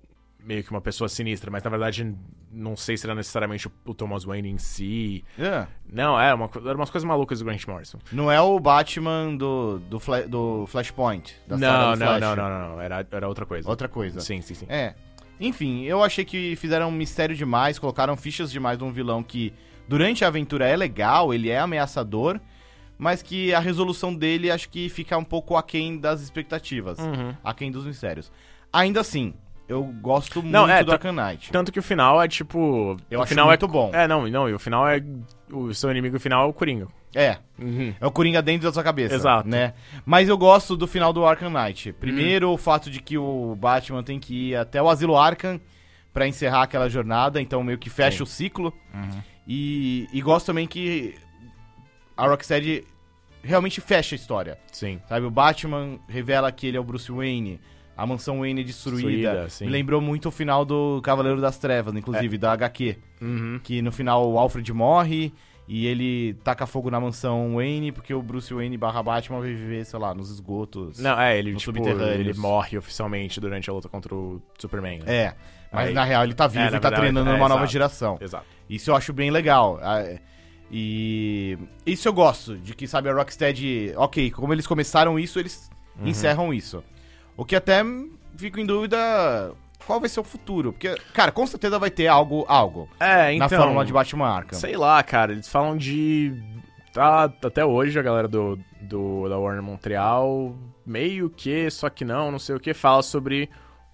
S2: meio que uma pessoa sinistra, mas na verdade não sei se era necessariamente o- o Thomas Wayne em si.
S1: É.
S2: Não, é, uma, co- eram umas coisas malucas do Grant Morrison.
S1: Não é o Batman do, do, Fla- do Flashpoint, da saga
S2: Não,
S1: do
S2: não,
S1: Flash.
S2: não, não, não, não, Era, era outra coisa.
S1: Outra coisa.
S2: Sim, sim, sim.
S1: É. Enfim, eu achei que fizeram um mistério demais, colocaram fichas demais de um vilão que, durante a aventura, é legal, ele é ameaçador, mas que a resolução dele acho que fica um pouco aquém das expectativas,
S2: Uhum.
S1: aquém dos mistérios. Ainda assim, eu gosto muito
S2: Não, é,
S1: do
S2: tá-
S1: Arkham Knight.
S2: Tanto que o final é tipo.
S1: Eu
S2: o
S1: acho
S2: final
S1: muito
S2: é,
S1: bom.
S2: É, não, não, e o final é. O seu inimigo final é o Coringa.
S1: É,
S2: Uhum.
S1: é o Coringa dentro da sua cabeça.
S2: Exato.
S1: Né? Mas eu gosto do final do Arkham Knight. Primeiro, o fato de que o Batman tem que ir até o Asilo Arkham pra encerrar aquela jornada, então meio que fecha
S2: Sim.
S1: o ciclo.
S2: Uhum.
S1: E, e gosto também que a Rocksteady realmente fecha a história.
S2: Sim.
S1: Sabe, o Batman revela que ele é o Bruce Wayne. A mansão Wayne é destruída.
S2: Destruída, sim. É.
S1: Me lembrou muito o final do Cavaleiro das Trevas, inclusive, da HQ.
S2: Uhum.
S1: Que no final o Alfred morre e ele taca fogo na mansão Wayne porque o Bruce Wayne barra Batman vai viver, sei lá, nos esgotos.
S2: Não, é, ele,
S1: Nos
S2: tipo,
S1: subterrâneos.
S2: ele morre oficialmente durante a luta contra o Superman. né?
S1: É, mas
S2: Aí-
S1: na real ele tá vivo
S2: É,
S1: e
S2: na
S1: tá
S2: verdade,
S1: treinando
S2: é,
S1: numa nova
S2: exato.
S1: geração.
S2: Exato.
S1: Isso eu acho bem legal. Ah, E isso eu gosto, de que, sabe, a Rocksteady... Ok, como eles começaram isso, eles
S2: Uhum.
S1: encerram isso. O que até hum, fico em dúvida qual vai ser o futuro. Porque, cara, com certeza vai ter algo, algo
S2: É, então...
S1: na fórmula de Batman Arkham.
S2: Sei lá, cara, eles falam de. Tá, até hoje a galera do, do da Warner Montreal, meio que, só que não, não sei o que, fala sobre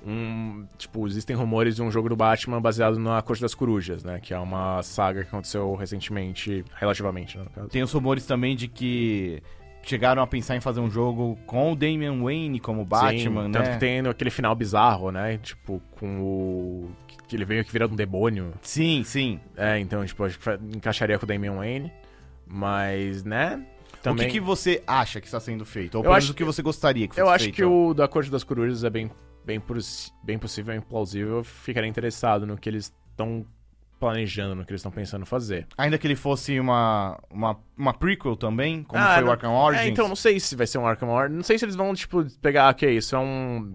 S2: um. Tipo, existem rumores de um jogo do Batman baseado na Corte das Corujas, né? Que é uma saga que aconteceu recentemente, relativamente, né, no caso.
S1: Tem os rumores também de que chegaram a pensar em fazer um jogo com o Damian Wayne como Batman,
S2: Sim,
S1: né?
S2: Tanto que tem aquele final bizarro, né? Tipo, com o. Que ele veio que vira um demônio.
S1: Sim, sim.
S2: É, então, tipo, acho que fa- encaixaria com o Damian Wayne. Mas, né?
S1: O que que, você acha que está sendo feito? Ou
S2: Eu
S1: pelo menos
S2: acho
S1: o que você gostaria que fosse
S2: Eu
S1: feito?
S2: acho que o da Corte das Corujas é bem, bem, poss- bem possível, bem plausível. Eu ficaria interessado no que eles estão planejando, no que eles estão pensando fazer.
S1: Ainda que ele fosse uma, uma, uma prequel também, como
S2: Ah,
S1: foi o
S2: não-
S1: Arkham Origins.
S2: É, então, não sei se vai ser um Arkham Origins. Não sei se eles vão, tipo, pegar, ok, isso é um...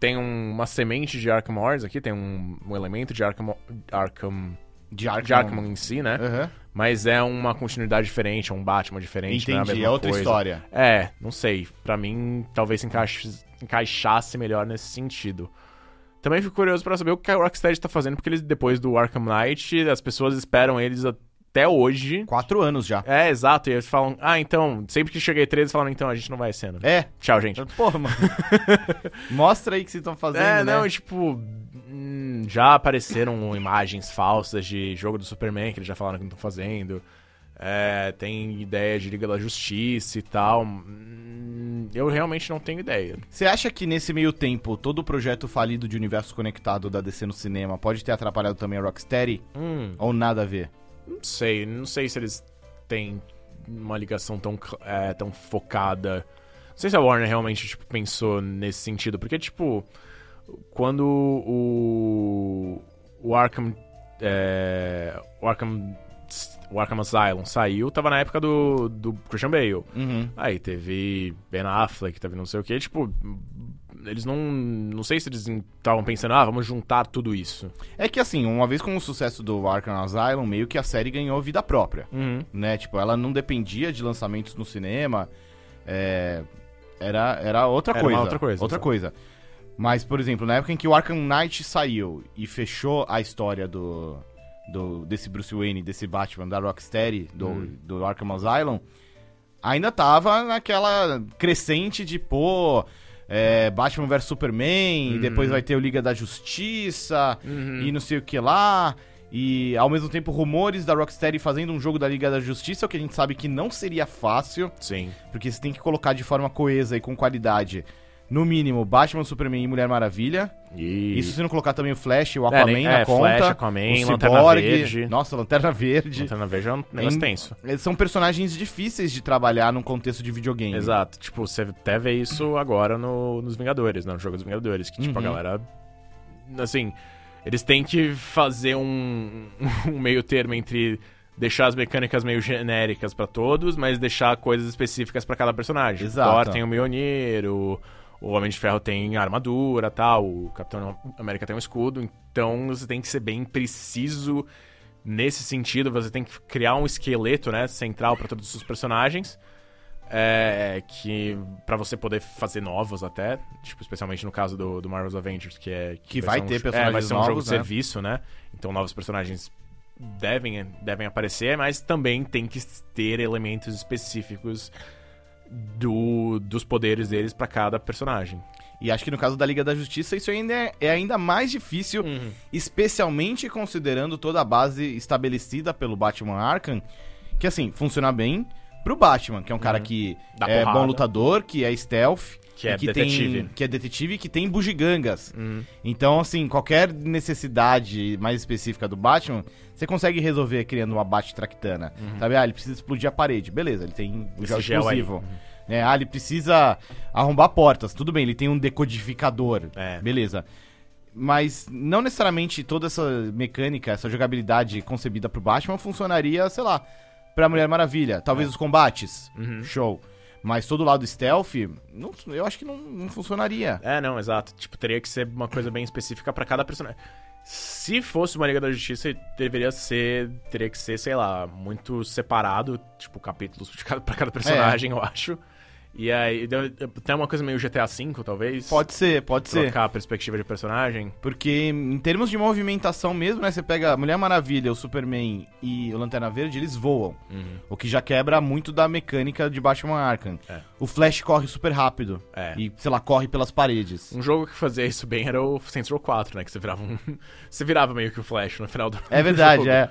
S2: Tem um- uma semente de Arkham Origins aqui, tem um, um elemento de Arkham, Arkham,
S1: de Arkham.
S2: de Arkham em si, né?
S1: Aham.
S2: Mas é uma continuidade diferente, é um Batman diferente, não é a
S1: Entendi,
S2: mesma
S1: é outra
S2: coisa.
S1: história.
S2: É, não sei. Pra mim, talvez se encaixe- encaixasse melhor nesse sentido. Também fico curioso pra saber o que a Rocksteady tá fazendo, porque eles, depois do Arkham Knight, as pessoas esperam eles até hoje.
S1: Quatro anos já.
S2: É, exato. E eles falam, ah, então, sempre que cheguei 13, eles falam, então, a gente não vai sendo. (laughs)
S1: É.
S2: Tchau, gente.
S1: Porra, mano. (laughs) Mostra aí o que vocês estão fazendo,
S2: É,
S1: né?
S2: não, e tipo, hum, já apareceram (laughs) imagens falsas de jogo do Superman, que eles já falaram que não estão fazendo. É, tem ideia de Liga da Justiça e tal. Hum, Eu realmente não tenho ideia.
S1: Você acha que nesse meio tempo, todo o projeto falido de universo conectado da DC no cinema pode ter atrapalhado também a Rocksteady?
S2: Hum,
S1: Ou nada a ver?
S2: não sei, não sei se eles têm uma ligação tão, cl- é, tão focada. Não sei se a Warner realmente tipo, pensou nesse sentido, porque, tipo, quando o, o Arkham. é, o Arkham. O Arkham Asylum saiu, tava na época do, do Christian Bale.
S1: Uhum.
S2: Aí teve Ben Affleck, teve não sei o que, tipo. Eles não. Não sei se eles estavam pensando, ah, vamos juntar tudo isso.
S1: É que assim, uma vez com o sucesso do Arkham Asylum, meio que a série ganhou vida própria.
S2: Uhum.
S1: né? Tipo, ela não dependia de lançamentos no cinema. é, era, era outra
S2: Era uma
S1: coisa.
S2: outra coisa,
S1: Outra
S2: exato.
S1: coisa. Mas, por exemplo, na época em que o Arkham Knight saiu e fechou a história do, do desse Bruce Wayne, desse Batman, da Rocksteady, do,
S2: Uhum.
S1: do Arkham Asylum, ainda tava naquela crescente de, pô, é, Batman vs Superman, e
S2: Uhum.
S1: depois vai ter o Liga da Justiça, e não sei o que lá. E ao mesmo tempo, rumores da Rocksteady fazendo um jogo da Liga da Justiça, o que a gente sabe que não seria fácil,
S2: Sim.
S1: porque você tem que colocar de forma coesa e com qualidade, no mínimo, Batman, Superman e Mulher Maravilha.
S2: E...
S1: Isso se não colocar também o Flash, o Aquaman
S2: nem-
S1: na
S2: é,
S1: conta.
S2: Flash, Aquaman,
S1: o
S2: Lanterna
S1: Cyborg,
S2: Verde.
S1: Nossa, Lanterna Verde.
S2: Lanterna Verde é um negócio
S1: Em-
S2: tenso.
S1: Eles São personagens difíceis de trabalhar num contexto de videogame.
S2: Exato. Tipo, você até vê isso agora no, nos Vingadores, né? No jogo dos Vingadores. Que, tipo,
S1: Uhum.
S2: a galera. Assim, eles têm que fazer um, (laughs) um meio termo entre deixar as mecânicas meio genéricas pra todos, mas deixar coisas específicas pra cada personagem.
S1: Exato.
S2: O Thor tem o Mjolnir, o, o Homem de Ferro tem armadura tal, o Capitão América tem um escudo, então você tem que ser bem preciso nesse sentido, você tem que criar um esqueleto, né, central pra todos os seus personagens. É, que para você poder fazer novos até, tipo, especialmente no caso do, do Marvel's Avengers, que é
S1: Que vai
S2: ser
S1: ter
S2: jo-
S1: personagens
S2: é, vai ser um jogo
S1: novos,
S2: de
S1: né?
S2: serviço, né? Então novos personagens devem devem aparecer, mas também tem que ter elementos específicos do, dos poderes deles pra cada personagem.
S1: E acho que no caso da Liga da Justiça isso ainda é, é ainda mais difícil,
S2: Uhum.
S1: especialmente considerando toda a base estabelecida pelo Batman Arkham, que assim, funciona bem pro Batman, que é um cara que
S2: Uhum. Dá
S1: é
S2: porrada.
S1: bom lutador, que é stealth,
S2: Que é
S1: e que
S2: detetive. Uhum.
S1: Tem, que é detetive e que tem bugigangas. Então, assim, qualquer necessidade mais específica do Batman, você consegue resolver criando uma Bat-Tractana. Sabe? Ah, ele precisa explodir a parede. Beleza, ele tem o
S2: Uhum. Esse
S1: gel
S2: gel aí.
S1: explosivo. Né? Ah, ele precisa arrombar portas. Tudo bem, ele tem um decodificador.
S2: É.
S1: Beleza. Mas não necessariamente toda essa mecânica, essa jogabilidade concebida pro Batman funcionaria, sei lá, pra Mulher Maravilha. Talvez
S2: É.
S1: os combates.
S2: Uhum.
S1: Show. Mas todo o lado stealth, não- eu acho que não, não funcionaria.
S2: É, não, exato. Tipo, teria que ser uma coisa bem específica pra cada personagem. Se fosse uma Liga da Justiça, deveria ser. Teria que ser, sei lá, muito separado, tipo, capítulos de cada, pra cada
S1: É.
S2: personagem, eu acho. E aí, deu- até uma coisa meio GTA V, talvez.
S1: Pode ser, pode ser.
S2: trocar a perspectiva de personagem.
S1: Porque em termos de movimentação mesmo, né? Você pega a Mulher Maravilha, o Superman e o Lanterna Verde, eles voam.
S2: Uhum.
S1: O que já quebra muito da mecânica de Batman Arkham.
S2: É.
S1: O Flash corre super rápido.
S2: É.
S1: E, sei lá, corre pelas paredes.
S2: Um jogo que fazia isso bem era o Saints Row 4, né? Que você virava um. (laughs) você virava meio que o Flash no final do.
S1: É
S2: (laughs) do
S1: verdade,
S2: jogo.
S1: é.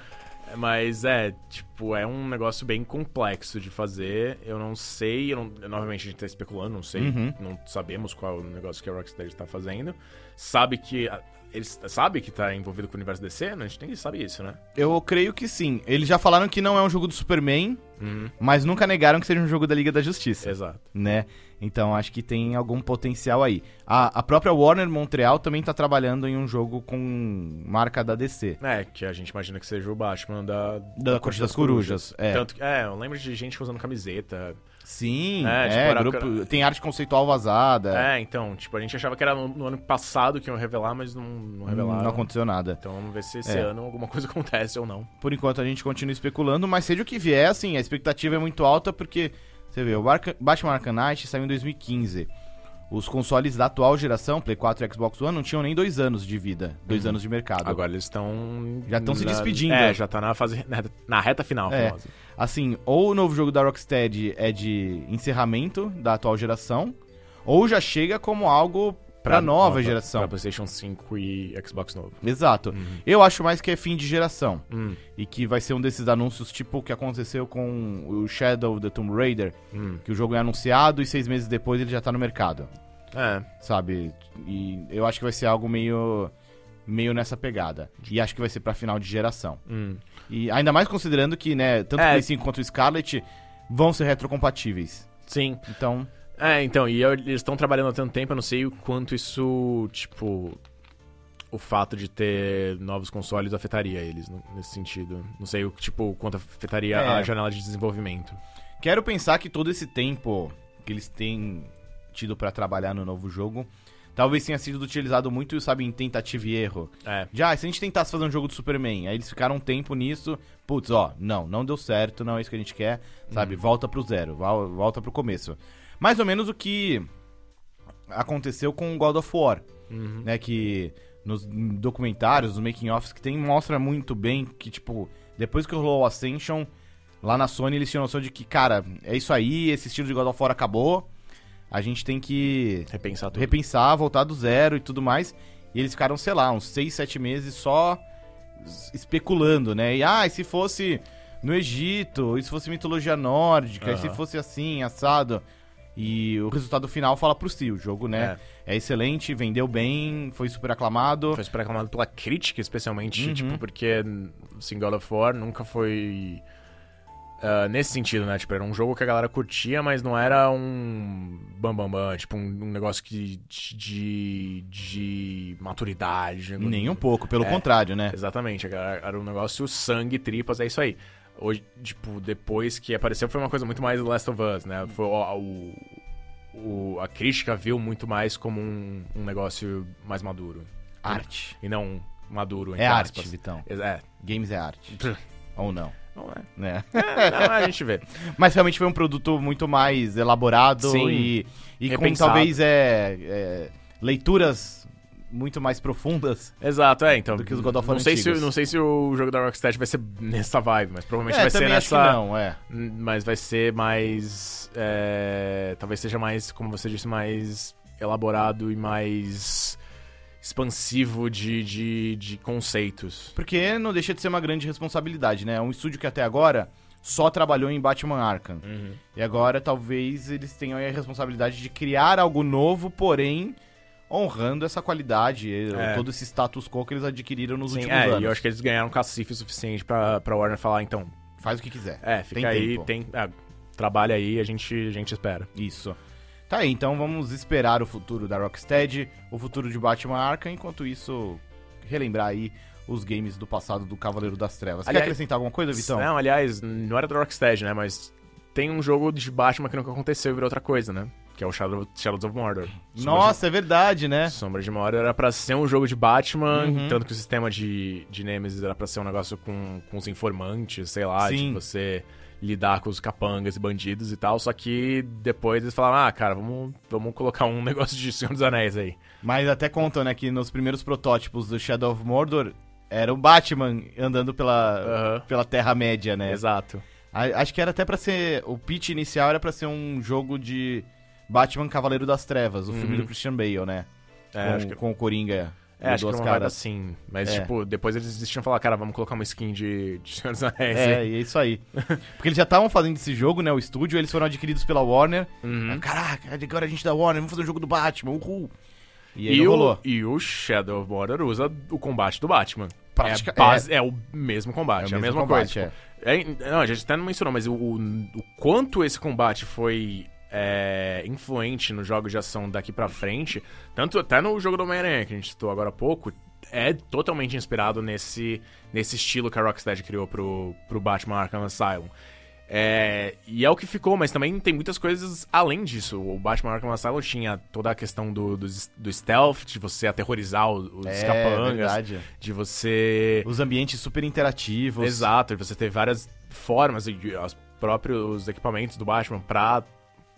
S2: Mas é, tipo, é um negócio bem complexo de fazer. Eu não sei, eu não- eu, novamente a gente tá especulando, não sei,
S1: Uhum.
S2: não sabemos qual é o negócio que a Rocksteady tá fazendo. Sabe que. a- Eles sabe que tá envolvido com o universo DC? Não, a gente nem sabe isso, né?
S1: Eu creio que sim. Eles já falaram que não é um jogo do Superman,
S2: Uhum. É.
S1: mas nunca negaram que seja um jogo da Liga da Justiça,
S2: Exato.
S1: né? Então acho que tem algum potencial aí. A, a própria Warner Montreal também tá trabalhando em um jogo com marca da DC.
S2: É, que a gente imagina que seja o Batman da.
S1: Da Corte das Corujas. É.
S2: Tanto que, é, eu lembro de gente usando camiseta.
S1: Sim,
S2: É,
S1: é,
S2: tipo, era-
S1: grupo- tem arte conceitual vazada.
S2: É. então, tipo, a gente achava que era no, no ano passado que iam revelar, mas não, não revelaram.
S1: não aconteceu É. nada.
S2: Então vamos ver se esse ano alguma coisa (laughs) acontece ou não.
S1: Por enquanto a gente continua especulando, mas seja o que vier, assim, a expectativa é muito alta porque, você vê, o Barca- Batman Arkham Knight saiu em 2015. Os consoles da atual geração, Play 4 e Xbox One, não tinham nem dois anos de vida, dois anos de mercado.
S2: Uhum. Agora eles estão.
S1: Já tão se
S2: na-
S1: despedindo.
S2: É, já tá na fase. Na, na reta final,
S1: É.
S2: famosa.
S1: Assim, ou o novo jogo da Rocksteady é de encerramento da atual geração, ou já chega como algo pra, nova, geração.
S2: Pra PlayStation 5 e Xbox novo.
S1: Exato. Eu acho mais que é fim de geração.
S2: Uhum. Hum,
S1: E que vai ser um desses anúncios tipo o que aconteceu com o Shadow of the Tomb Raider,
S2: hum.
S1: que o jogo é anunciado e seis meses depois ele já tá no mercado,
S2: É,
S1: sabe? E eu acho que vai ser algo meio meio nessa pegada. E acho que vai ser pra final de geração.
S2: hum.
S1: E ainda mais considerando que, né, tanto o
S2: É.
S1: Play 5 quanto o Scarlet vão ser retrocompatíveis.
S2: Sim.
S1: Então,
S2: É, então, e eu- eles estão trabalhando há tanto tempo, eu não sei o quanto isso, tipo. O fato de ter novos consoles afetaria eles no- nesse sentido. Não sei, o tipo, o quanto afetaria
S1: É.
S2: a janela de desenvolvimento.
S1: quero pensar que todo esse tempo que eles têm tido pra trabalhar no novo jogo, talvez tenha sido utilizado muito, sabe, em tentativa e erro.
S2: É.
S1: Já, se a gente tentasse fazer um jogo do Superman, aí eles ficaram um tempo nisso, putz, ó, não, não deu certo, não é isso que a gente quer, sabe?
S2: Uhum.
S1: Volta pro zero, vol- volta pro começo. Mais ou menos o que aconteceu com o God of War,
S2: Uhum.
S1: né? Que nos documentários, nos making-offs que tem, mostra muito bem que, tipo, depois que rolou o Ascension, lá na Sony eles tinham noção de que, cara, é isso aí, esse estilo de God of War acabou, a gente tem que
S2: Repensar tudo.
S1: repensar, voltar do zero e tudo mais. E eles ficaram, sei lá, uns 6, 7 meses só s- especulando, né? E ah, e se fosse no Egito, e se fosse mitologia nórdica, e se
S2: Aham.
S1: fosse assim, assado. E o resultado final fala por si, o jogo, né? É, excelente, vendeu bem, foi super aclamado.
S2: Foi super aclamado pela crítica, especialmente,
S1: Uhum.
S2: tipo, porque assim, God of War nunca foi. ah, nesse sentido, né? Tipo, era um jogo que a galera curtia, mas não era um bam bam bam, tipo, um, um negócio que de, de maturidade. né?
S1: Nem um pouco, pelo contrário, né?
S2: Exatamente, era, era um negócio sangue, tripas, é isso aí. Hoje, tipo, depois que apareceu foi uma coisa muito mais Last of Us, né? Foi o, o- o- a crítica viu muito mais como um, um negócio mais maduro.
S1: Arte.
S2: E não um maduro, entre
S1: É arte,
S2: aspas.
S1: Vitão.
S2: É.
S1: Games é arte. (laughs) Ou não,
S2: Não é.
S1: né?
S2: É, não, a gente vê.
S1: Mas realmente foi um produto muito mais elaborado
S2: Sim.
S1: e, e com
S2: Repensado.
S1: talvez é, é, leituras muito mais profundas.
S2: Exato, é, então.
S1: Do que os God of War
S2: não sei, se,
S1: antigos.
S2: não sei se o jogo da Rocksteady vai ser nessa vibe, mas provavelmente vai ser
S1: É, também
S2: nessa.
S1: acho que não, é.
S2: Mas vai ser mais. é, talvez seja mais, como você disse, mais elaborado e mais expansivo de, de, de conceitos.
S1: Porque não deixa de ser uma grande responsabilidade, né? É um estúdio que até agora só trabalhou em Batman Arkham.
S2: Uhum.
S1: E agora talvez eles tenham aí a responsabilidade de criar algo novo, porém honrando essa qualidade, eh,
S2: É.
S1: todo esse status quo que eles adquiriram nos
S2: Sim,
S1: últimos
S2: é,
S1: anos.
S2: e eu acho que eles ganharam cacife o suficiente pra, pra Warner falar, então,
S1: Faz o que quiser.
S2: é, fica
S1: Tem
S2: aí,
S1: tempo.
S2: tem. é, trabalha aí, a gente, a gente espera.
S1: Isso. Tá aí, então vamos esperar o futuro da Rocksteady, o futuro de Batman Arkham, enquanto isso, relembrar aí os games do passado do Cavaleiro das Trevas.
S2: Aliás-
S1: Quer acrescentar alguma coisa, Vitão?
S2: Não, aliás, não era do Rocksteady, né? Mas tem um jogo de Batman que nunca aconteceu e virou outra coisa, né? Que é o Shadow, Shadows of Mordor. Sombras-
S1: Nossa, é verdade, né?
S2: Sombra de Mordor era pra ser um jogo de Batman,
S1: Uhum.
S2: tanto que o sistema de, de Nemesis era pra ser um negócio com, com os informantes, sei lá,
S1: Sim.
S2: de você lidar com os capangas e bandidos e tal, só que depois eles falaram, ah, cara, vamos, vamos colocar um (laughs) negócio de Senhor dos Anéis aí.
S1: Mas até contam, né, que nos primeiros protótipos do Shadow of Mordor era o Batman andando pela,
S2: Aham.
S1: pela Terra-média, né?
S2: Exato.
S1: A- Acho que era até pra ser. O pitch inicial era pra ser um jogo de Batman Cavaleiro das Trevas, o filme do Christian Bale, né?
S2: Uhum. É,
S1: com,
S2: acho que-
S1: com o Coringa.
S2: É,
S1: e
S2: acho que era uma vibe assim. Mas,
S1: É.
S2: tipo, depois eles desistiram e falaram, cara, vamos colocar uma skin de, de Senhor dos Anéis.
S1: É, e é isso aí. Porque eles já estavam fazendo esse jogo, né? O estúdio, eles foram adquiridos pela Warner. Aí, Caraca, agora a gente da Warner, vamos fazer um jogo do Batman, uhul. E aí
S2: E,
S1: não
S2: o,
S1: rolou.
S2: e o Shadow of Mordor usa o combate do Batman.
S1: Prática-
S2: é, base- é o mesmo combate, é, a mesma
S1: combate,
S2: coisa. tipo, é, não, a gente até não mencionou, mas o, o- o quanto esse combate foi é, influente nos jogos de ação daqui pra frente, tanto até no jogo do Homem-Aranha, que a gente citou agora há pouco, é totalmente inspirado nesse, nesse estilo que a Rocksteady criou pro, pro Batman Arkham Asylum. É, e é o que ficou, mas também tem muitas coisas além disso. O Batman Arkham Asylum tinha toda a questão do, do, do stealth, de você aterrorizar os, os
S1: É,
S2: capangas,
S1: verdade.
S2: de você
S1: Os ambientes super interativos.
S2: Exato, e você tem várias formas e de- os próprios equipamentos do Batman pra,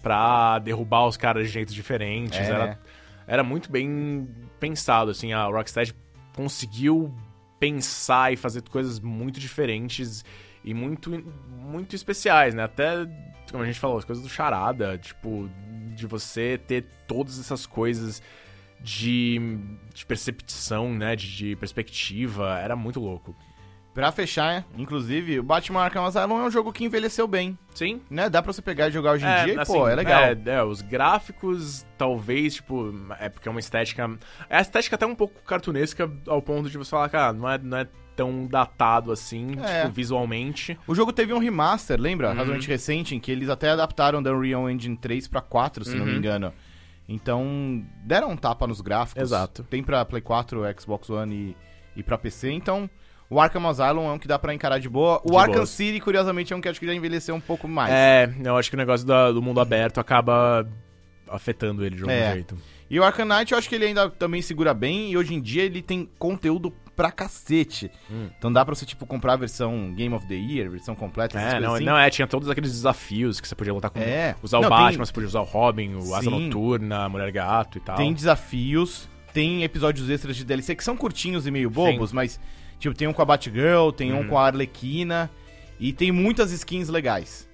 S2: pra derrubar os caras de jeitos diferentes.
S1: É, né?
S2: Era, era muito bem pensado, assim, a Rocksteady conseguiu pensar e fazer coisas muito diferentes e muito, muito especiais, né? Até, como a gente falou, as coisas do Charada, tipo, de você ter todas essas coisas de, de percepção, né? De, de perspectiva, era muito louco.
S1: Pra fechar, inclusive, o Batman Arkham Asylum é um jogo que envelheceu bem,
S2: Sim,
S1: né? Dá pra você pegar e jogar hoje em dia e, pô,
S2: assim,
S1: é legal.
S2: É, é, os gráficos, talvez, tipo, é porque é uma estética. É a estética até um pouco cartunesca, ao ponto de você falar, cara, não é, não é tão datado assim,
S1: É.
S2: tipo, visualmente.
S1: O jogo teve um remaster, lembra?
S2: Uhum.
S1: Razoavelmente recente, em que eles até adaptaram da Unreal Engine 3 pra 4, se não
S2: Uhum.
S1: me engano. Então, deram um tapa nos gráficos.
S2: Exato.
S1: Tem pra Play 4, Xbox One e, e pra PC, então... O Arkham Asylum é um que dá pra encarar de boa. O
S2: De
S1: Arkham
S2: boas.
S1: City, curiosamente, é um que acho que já envelheceu um pouco mais.
S2: É, eu acho que o negócio da- do mundo aberto acaba afetando ele de algum
S1: É.
S2: jeito.
S1: E o Arkham Knight, eu acho que ele ainda também segura bem. E hoje em dia ele tem conteúdo pra cacete.
S2: Hum.
S1: Então dá pra você, tipo, comprar a versão Game of the Year, versão completa, essas
S2: É,
S1: coisas
S2: não,
S1: assim.
S2: não, é, tinha todos aqueles desafios que você podia lutar com.
S1: É.
S2: Usar
S1: Não,
S2: o
S1: tem-
S2: Batman, você podia usar o Robin, o Asa
S1: Sim.
S2: Noturna, a Mulher Gato e tal.
S1: Tem desafios, tem episódios extras de DLC que são curtinhos e meio bobos, mas, tipo, tem um com a Batgirl, tem
S2: Uhum.
S1: um com a Arlequina. E tem muitas skins legais.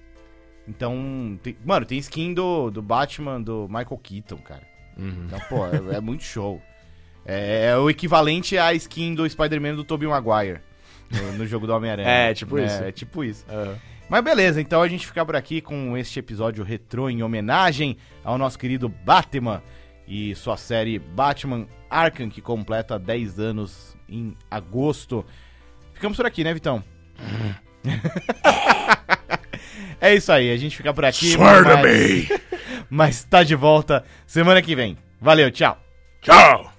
S1: Então, tem- mano, tem skin do, do Batman, do Michael Keaton, cara.
S2: Uhum.
S1: Então, pô, é, é muito show. É, é o equivalente à skin do Spider-Man do Tobey Maguire no, no
S2: (laughs)
S1: jogo do Homem-Aranha.
S2: É, tipo
S1: Né?
S2: isso.
S1: É tipo isso.
S2: É.
S1: Mas beleza, então a gente fica por aqui com este episódio retrô em homenagem ao nosso querido Batman e sua série Batman Arkham, que completa 10 anos em agosto. Ficamos por aqui, né, Vitão? (laughs) é isso aí, a gente fica por aqui.
S2: Swear to
S1: mas-
S2: me!
S1: mas tá de volta semana que vem. Valeu, tchau!
S2: Tchau!